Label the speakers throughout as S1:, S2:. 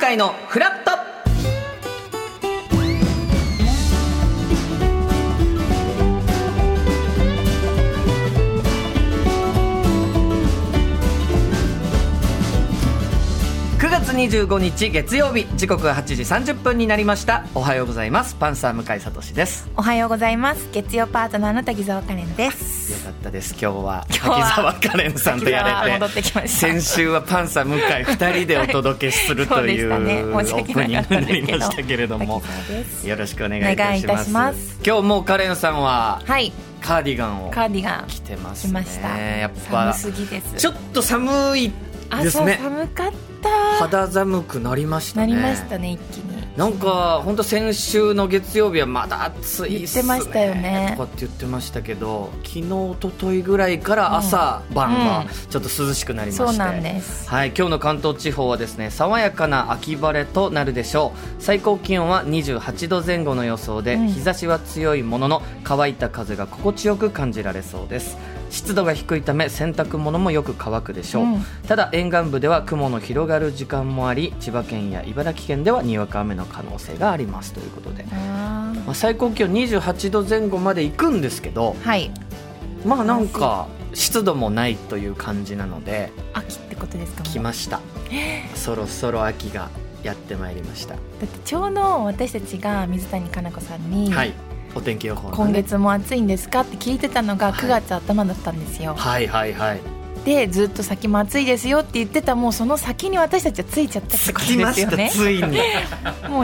S1: 回のフラット9月25日月曜日時刻は8時30分になりましたおはようございますパンサー向井聡です
S2: おはようございます。月曜パートナーの滝沢カレンです。
S1: よかったです今日は
S2: 今日は
S1: 滝沢カレンさんとや
S2: 滝沢
S1: れ
S2: 戻
S1: て
S2: ってきました
S1: 先週はパンサー向井2人でお届けするという,、
S2: はいそうでしたね
S1: オ
S2: 申し
S1: ー
S2: 訳
S1: プニ
S2: な
S1: ン
S2: か
S1: グ
S2: っ
S1: に
S2: た
S1: なり
S2: ですけど
S1: ましたけれども
S2: 滝沢です
S1: よろしくお願いいたし
S2: お願
S1: ま
S2: いいた
S1: す
S2: します
S1: 今日もうカレンさんは
S2: はい、
S1: カーディガンを
S2: カーディガン
S1: 着てます
S2: 来
S1: ね
S2: ました。
S1: やっぱ
S2: 寒すぎです。
S1: ちょっと寒いです
S2: 朝
S1: ね
S2: 寒かった。
S1: 肌寒くなりました
S2: な
S1: ね
S2: りましたね一気に。
S1: なんか本当先週の月曜日はまだ暑いっすね
S2: 言ってましたよね
S1: とかって言ってましたけど昨日一昨日ぐらいから朝晩は
S2: うん
S1: ちょっと涼しくなりまして、
S2: そうなんです。
S1: はい、今日の関東地方はですね爽やかな秋晴れとなるでしょう最高気温は28度前後の予想で、
S2: うん
S1: 日差しは強いものの乾いた風が心地よく感じられそうです湿度が低いため洗濯物もよく乾くでしょう、
S2: うん
S1: ただ沿岸部では雲の広がる時間もあり千葉県や茨城県ではにわか雨の可能性がありますということで、
S2: あ
S1: まあ、最高気温28度前後まで行くんですけど
S2: ーはい、
S1: まあなんか湿度もないという感じなので
S2: 秋ってことですかもう
S1: 来ましたそろそろ秋がやってまいりました、
S2: だってちょうど私たちが水谷香奈子さんに、
S1: はいお天気予報のね
S2: 今月も暑いんですかって聞いてたの
S1: は
S2: が
S1: い
S2: 9月頭だったんですよ、
S1: はいはいはい
S2: でずっと先も暑いですよって言ってたもうその先に私たちはついちゃったってこと
S1: 着
S2: で
S1: ますし
S2: よ
S1: た
S2: ね
S1: つい に
S2: もう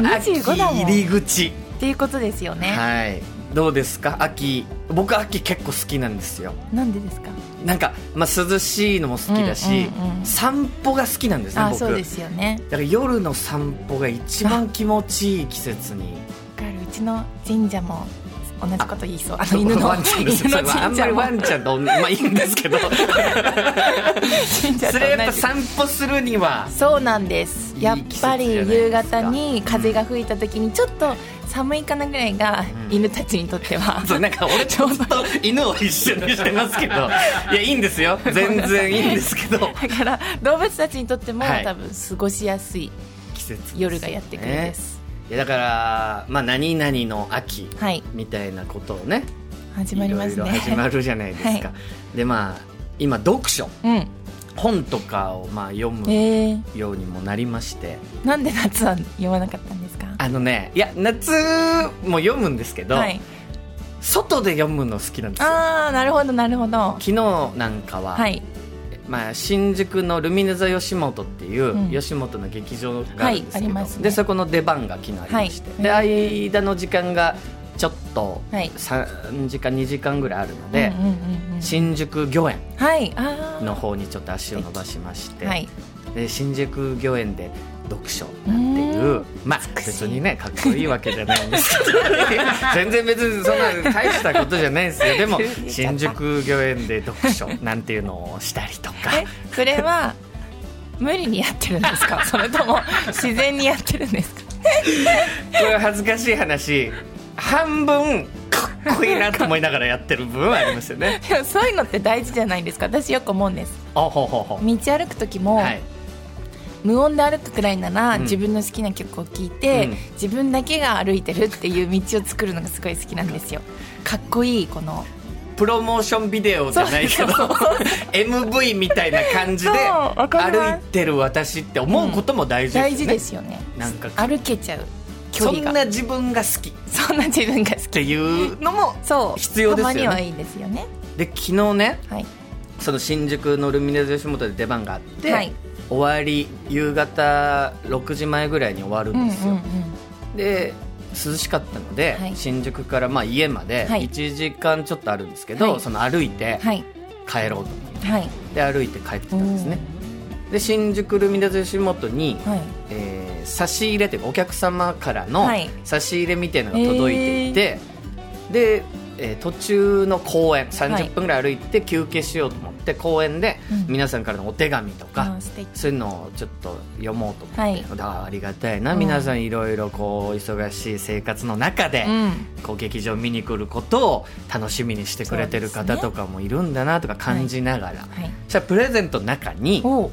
S2: 25だもん
S1: 入り口
S2: っていうことですよね、
S1: はいどうですか秋僕秋結構好きなんですよ
S2: なんでですか
S1: なんか、まあ、涼しいのも好きだし、
S2: うんうんうん
S1: 散歩が好きなんですね
S2: あ
S1: 僕
S2: そうですよね
S1: だから夜の散歩が一番気持ちいい季節に
S2: わかるうちの神社も同じこと言いそうあ
S1: ちょ
S2: の
S1: っと
S2: 犬 の
S1: ワンちゃんです
S2: 犬の
S1: それはあんま
S2: 神社
S1: り
S2: も
S1: ワンちゃんとまあいいんですけど
S2: 神社
S1: そ
S2: と
S1: れやっ
S2: 同
S1: ぱ
S2: じ
S1: 散歩するには
S2: そうなんですやっぱり
S1: いい季節じゃないです
S2: 夕
S1: か
S2: 方に風が吹いた時にちょっと寒いかなぐらいが
S1: うん
S2: 犬たちにとって は、
S1: そうなんか俺ちょっと犬を一緒にしてますけどいやいいんですよ全然いいんですけど
S2: だから動物たちにとっても
S1: はい
S2: 多分過ごしやすい
S1: 季節ですね
S2: 夜がやってくるんです、
S1: いやだからまあ何々の秋
S2: はい
S1: みたいなことをね
S2: 始まりますね
S1: いろいろ始まるじゃないですか、
S2: は
S1: でまあ今読書
S2: うん
S1: 本とかをまあ読む
S2: えー、
S1: ようにもなりまして
S2: なんで夏は読まなかったんですか
S1: あのねいや夏も読むんですけど、
S2: はい、
S1: 外で読むの好きなんですよ
S2: ああなるほどなるほど
S1: 昨日なんかは、
S2: はい
S1: まあ、新宿のルミネ座吉本っていううん吉本の劇場があるんですけど、
S2: はいありますね
S1: でそこの出番が昨日ありまして、
S2: はい
S1: で間の時間がちょっと
S2: はい
S1: 3時間2時間ぐらいあるので、
S2: うんうんうんうん
S1: 新宿御苑
S2: はいあー
S1: の方にちょっと足を伸ばしまして、
S2: はい
S1: で新宿御苑で読書なんていううまあ
S2: 美しい
S1: 別にねかっこいいわけじゃないんです けど全然別にそんな大したことじゃないですよでも
S2: 急に言っちゃっ
S1: 新
S2: た
S1: 宿御苑で読書なんていうのをしたりとか
S2: えそれは無理にやってるんです かそれとも自然にやってるんですか
S1: これ恥ずかしい話半分かっこいいなと思いながらやってる部分はありますよね
S2: でもそういうのって大事じゃないですか私よく思うんです
S1: あほうほうほう
S2: 道歩く時も、
S1: はい
S2: 無音で歩くくらいなら、
S1: うん
S2: 自分の好きな曲を聴いて、
S1: うん
S2: 自分だけが歩いてるっていう道を作るのがすごい好きなんですよかっこいいこの
S1: プロモーションビデオじゃないけど MV みたいな感じで
S2: そうわかりま
S1: 歩
S2: す
S1: いてる私って思うことも大事ですよね、
S2: 大事ですよね
S1: なんか
S2: 歩けちゃう距
S1: そ
S2: 離
S1: ん
S2: が
S1: な自分が好きっ
S2: そんな自分が好き
S1: ていうのも
S2: そう
S1: 必要ですよね
S2: たまにはいいですよね
S1: で昨日ね
S2: はい
S1: その新宿のルミネ吉本で出番があって、
S2: はい
S1: 終わり夕方6時前ぐらいに終わる
S2: う
S1: ん
S2: んうんう
S1: ですよ、
S2: ん
S1: で涼しかったので、
S2: はい
S1: 新宿からまあ家まで
S2: はい
S1: 1時間ちょっとあるんですけど、
S2: はい
S1: その歩いて
S2: はい
S1: 帰ろうと思っ
S2: はい
S1: て歩いて帰ってたんですね、で新宿ルミネ吉本に、
S2: はい
S1: えー差し入れというかお客様からの
S2: はい
S1: 差し入れみたいなのが届いていて、で、えー途中の公園30分ぐらい歩いて休憩しようと思って公園で
S2: うん
S1: 皆さんからのお手紙とか、
S2: あ素敵
S1: そういうのをちょっと読もうと思って、
S2: はい
S1: だからありがたいな、
S2: うん
S1: 皆さんいろいろこう忙しい生活の中で、
S2: うん
S1: こう劇場見に来ることを楽しみにしてくれてる
S2: そうです
S1: 方
S2: ね
S1: とかもいるんだなとか感じながら、
S2: はい
S1: そしたらプレゼントの中に
S2: お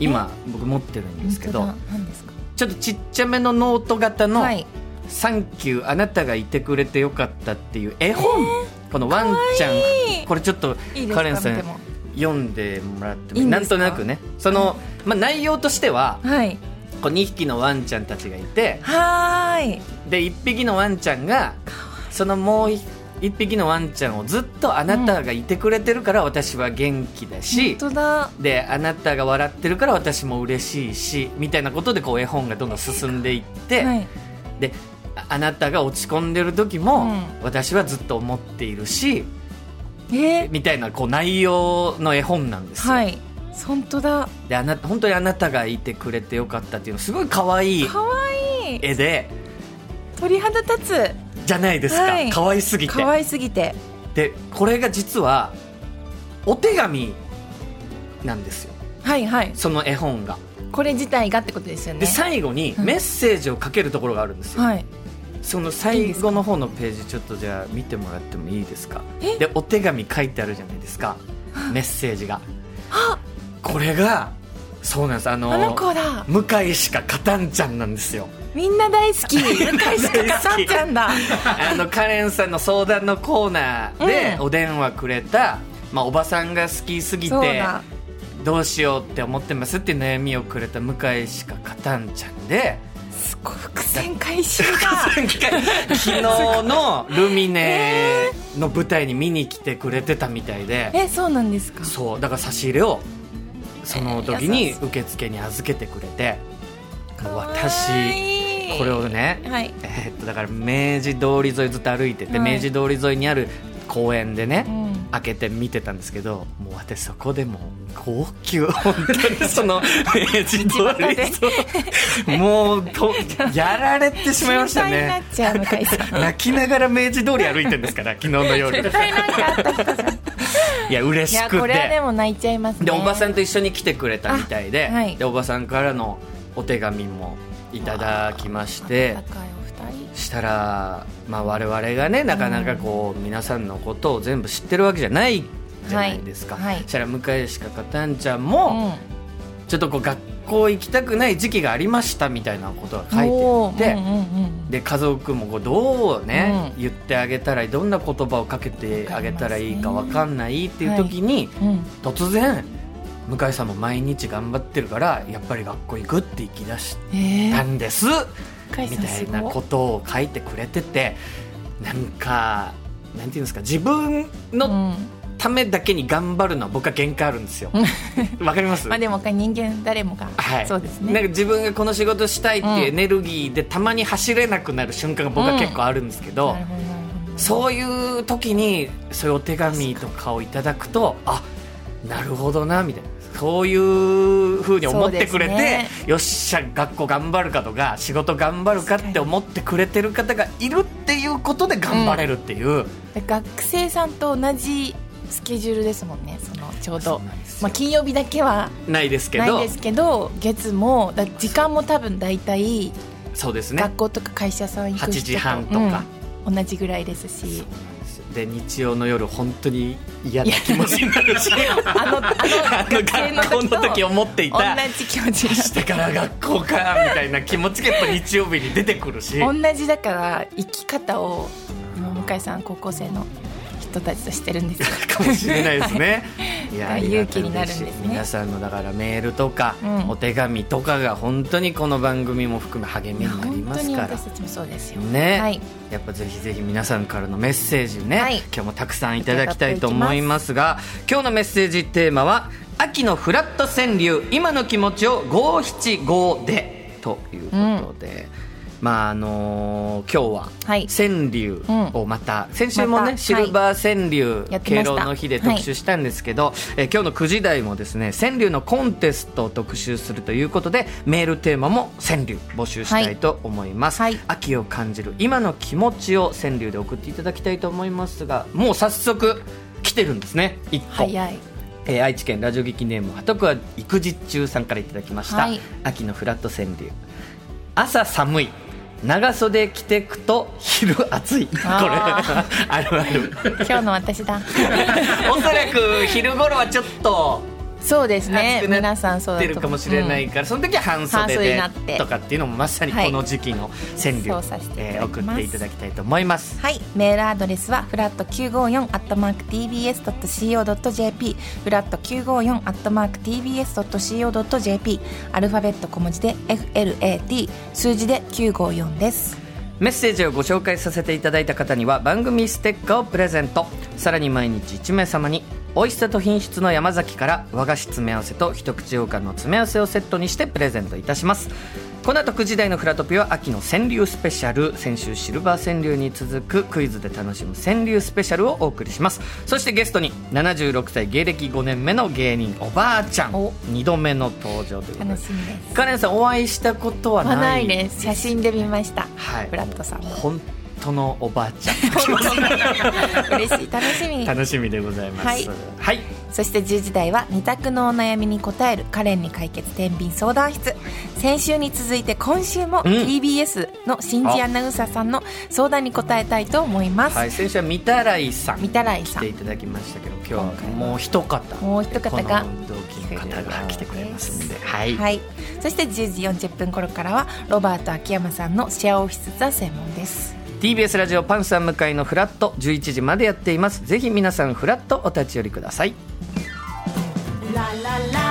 S1: 今僕持ってるんですけど
S2: 何ですか
S1: ちょっとちっちゃめのノート型の
S2: はい
S1: 「サンキューあなたがいてくれてよかった」っていう絵本、このワンちゃん
S2: いい
S1: これちょっと
S2: いいです
S1: カ
S2: か
S1: レンさ
S2: 見
S1: ん
S2: ても
S1: 読んでもらっても
S2: いいん
S1: なん
S2: ですか
S1: となくねその、まあ、内容としては
S2: はい
S1: こう2匹のワンちゃんたちがいて
S2: はーい
S1: で1匹のワンちゃんがそのもう1匹のワンちゃんをずっとあなたがいてくれてるから私は元気だし、
S2: 本当だ
S1: であなたが笑ってるから私も嬉しいしみたいなことでこう絵本がどんどん進んでいって、
S2: はい
S1: でああなたが落ち込んでる時も、
S2: うん
S1: 私はずっと思っているし
S2: えー
S1: みたいなこう内容の絵本なんですよ、
S2: はい本当だ
S1: であな本当にあなたがいてくれてよかったっていうのすごい可愛い
S2: かわいい
S1: 絵で
S2: 鳥肌立つ
S1: じゃないですか、
S2: はい
S1: 可愛すぎて
S2: 可愛すぎて
S1: でこれが実はお手紙なんですよ
S2: はいはい
S1: その絵本が、
S2: これ自体がってことですよね
S1: で最後に
S2: うん
S1: メッセージをかけるところがあるんですよ、
S2: はい
S1: その最後の方のページちょっとじゃあ見てもらってもいいですか
S2: え
S1: でお手紙書いてあるじゃないですか
S2: は
S1: メッセージがこれがそうなんですあの
S2: あの子だ
S1: 向井しか勝たんちゃんなんです よ
S2: みんな大好き向井しか勝たんちゃんだ
S1: あのカレンさんの相談のコーナーで
S2: うん
S1: お電話くれた、まあ、おばさんが好きすぎ
S2: そう
S1: て
S2: だ
S1: どうしようって思ってますっていう悩みをくれた向井しか勝たんちゃんで
S2: すごい伏線回収が
S1: 昨日のルミネの舞台に見に来てくれてたみたいで、
S2: えそうなんですか
S1: そうだから差し入れをその時
S2: え
S1: に
S2: 優し
S1: 受付に預けてくれてもう
S2: かわ
S1: 私
S2: いい
S1: これをね
S2: はい
S1: えーっとだから明治通り沿いずっと歩いてて、
S2: はい
S1: 明治通り沿いにある公園でね、
S2: うん
S1: 開けて見てたんですけどもう私そこでもう号泣本当に その明治通り
S2: で
S1: そうもう とやられてしまいました
S2: 心配になっ
S1: ね
S2: ちゃう向井さん
S1: 泣きながら明治通り歩いてるんですから昨日の夜
S2: 絶対なんかあった 人じゃん
S1: いや嬉
S2: い
S1: し
S2: や
S1: く
S2: これはで
S1: て
S2: も泣いちゃいますね
S1: でおばさんと一緒に来てくれたみたいで,、
S2: あはい
S1: でおばさんからのお手紙もいただきまして
S2: 温かいお二人
S1: したら、まあ、我々がねなかなかこう、皆さんのことを全部知ってるわけじゃないじゃないですか、
S2: はいはい
S1: そしたら向井しかかたんちゃんも、ちょっとこう学校行きたくない時期がありましたみたいなことが書いてあって、
S2: うんうんうん
S1: で家族もこうどうね、言ってあげたらいいどんな言葉をかけてあげたらいいか分かんないっていう時に、
S2: うんうん
S1: 突然向井さんも毎日頑張ってるからやっぱり学校行くって行きだし
S2: え
S1: た
S2: ー、
S1: んです。
S2: 向
S1: み
S2: 井さん
S1: た
S2: す
S1: い
S2: ご
S1: なことを書いてくれててなんかなんていうんですか自分
S2: う
S1: の
S2: ん
S1: ためだけに頑張るのは僕は限界あるんですよ。わかります
S2: まあでも人間誰もが、
S1: はい、
S2: そうです
S1: なん
S2: ね
S1: か自分がこの仕事したいっていう
S2: うん
S1: エネルギーでたまに走れなくなる瞬間が僕は結構あるんですけど、
S2: なるほどなるほど
S1: そういう時にそういうお手紙とかをいただくとあなるほどなみたいなそういうふうに思ってくれて、
S2: そうで
S1: よっしゃ学校頑張るかとか仕事頑張るかって思ってくれてる方がいるっていうことで頑張れるっていう、
S2: で学生さんと同じスケジュールですもんねそのちょう
S1: そ
S2: ど
S1: うなんですよ
S2: まあ、金曜日だけは
S1: ないですけ
S2: ない
S1: ど
S2: ですけど月もだ時間も多分大体
S1: そうですね
S2: 学校とか会社さん行く人
S1: 8時半とか、、
S2: うん同じぐらいですし
S1: そうなんですよで日曜の夜本当に嫌な気持ちになるし
S2: あのあの
S1: あの
S2: 学生の
S1: 学校
S2: 時
S1: の時
S2: と
S1: 思って い
S2: 同
S1: た
S2: じ気持ちにな
S1: してから学校かみたいな気持ちがやっぱ日曜日に出てくるし
S2: 同じだから生き方を今向井さん高校生の人たちとしてるんですよ
S1: かもしれないですね。いやあ
S2: はい
S1: りがたい
S2: 勇気になるんですね
S1: 皆さんのだからメールとか、
S2: うん
S1: お手紙とかが本当にこの番組も含め励
S2: い
S1: み
S2: や
S1: になり
S2: 本
S1: ま
S2: 当
S1: す
S2: に
S1: から
S2: 私。たちもそうですよ
S1: ね、
S2: はい
S1: やっぱぜひぜひ皆さんからのメッセージね、
S2: はい
S1: 今日もたくさんいただきたいと思いますが今日のメッセージテーマは「秋のフラット川柳今の気持ちを五七五で」ということで、まああのー今日は
S2: はい
S1: 川柳をまた、先週も
S2: ま
S1: ね、
S2: た
S1: シルバー川柳
S2: やってま
S1: 敬
S2: した
S1: 老の日で特集したんですけど、えー今日の9時台もですね川柳のコンテストを特集するということでメールテーマも川柳募集したいと思います、
S2: はい
S1: 秋を感じる今の気持ちを川柳で送っていただきたいと思いますがもう早速来てるんですね一個、
S2: 早い
S1: えー愛知県ラジオ劇ネームはとくは育児中さんからいただきました、
S2: はい
S1: 秋のフラット川柳朝寒い長袖着てくと昼暑いこれ
S2: あ
S1: あるある
S2: 今日の私だ
S1: おそらく昼頃はちょっと
S2: そうですね
S1: 暑く
S2: 皆さ
S1: なん
S2: そう
S1: っ
S2: だと
S1: て
S2: 思
S1: るかも
S2: う
S1: しれないから、その時は半袖
S2: 半袖に
S1: で
S2: なって
S1: とかっていうのもまさにこの時期の川柳、
S2: はいそうさせてい
S1: え
S2: た
S1: ー
S2: だき
S1: 送
S2: ます
S1: っていただきたいと思います。
S2: はい、メールアドレスはフラット九五四アットマーク tbs ドット co ドット jp、フラット九五四アットマーク tbs ドット co ドット jp、アルファベット小文字で f l a t 数字で九五四です。
S1: メッセージをご紹介させていただいた方には番組ステッカーをプレゼントさらに毎日1名様に美味しさと品質の山崎から和菓子詰め合わせと一口羊羹の詰め合わせをセットにしてプレゼントいたしますこの後9時台のフラトピは秋の川柳スペシャル先週シルバー川柳に続くクイズで楽しむ川柳スペシャルをお送りしますそしてゲストに76歳芸歴5年目の芸人おばあちゃん
S2: お
S1: 2度目の登場ということで
S2: みで
S1: カレンさんお会いしたことは
S2: は
S1: な
S2: ないいです。写真で見ました。
S1: はい
S2: フラットさんは。
S1: 本当のおばあ ちゃん
S2: 嬉しい、楽しみ。
S1: 楽しみでございますは
S2: はいい、そして10時台は二択のお悩みに答えるカレンに解決天秤相談室先週に続いて今週も
S1: うん
S2: TBS の新人アナウンサーさんの相談に答えたいと思います、
S1: はい、先週は三たらいさん
S2: みたらいさ
S1: 来
S2: ん
S1: ていただきましたけど今日はもう一方
S2: もう一方
S1: こ
S2: が
S1: の同期の方が来てくれますんではい、
S2: はい、そして10時40分頃からはロバート秋山さんのシェアオフィスザ専門です
S1: TBS ラジオパンサー向かいのフラット11時までやっていますぜひ皆さんフラットお立ち寄りください
S3: ラララ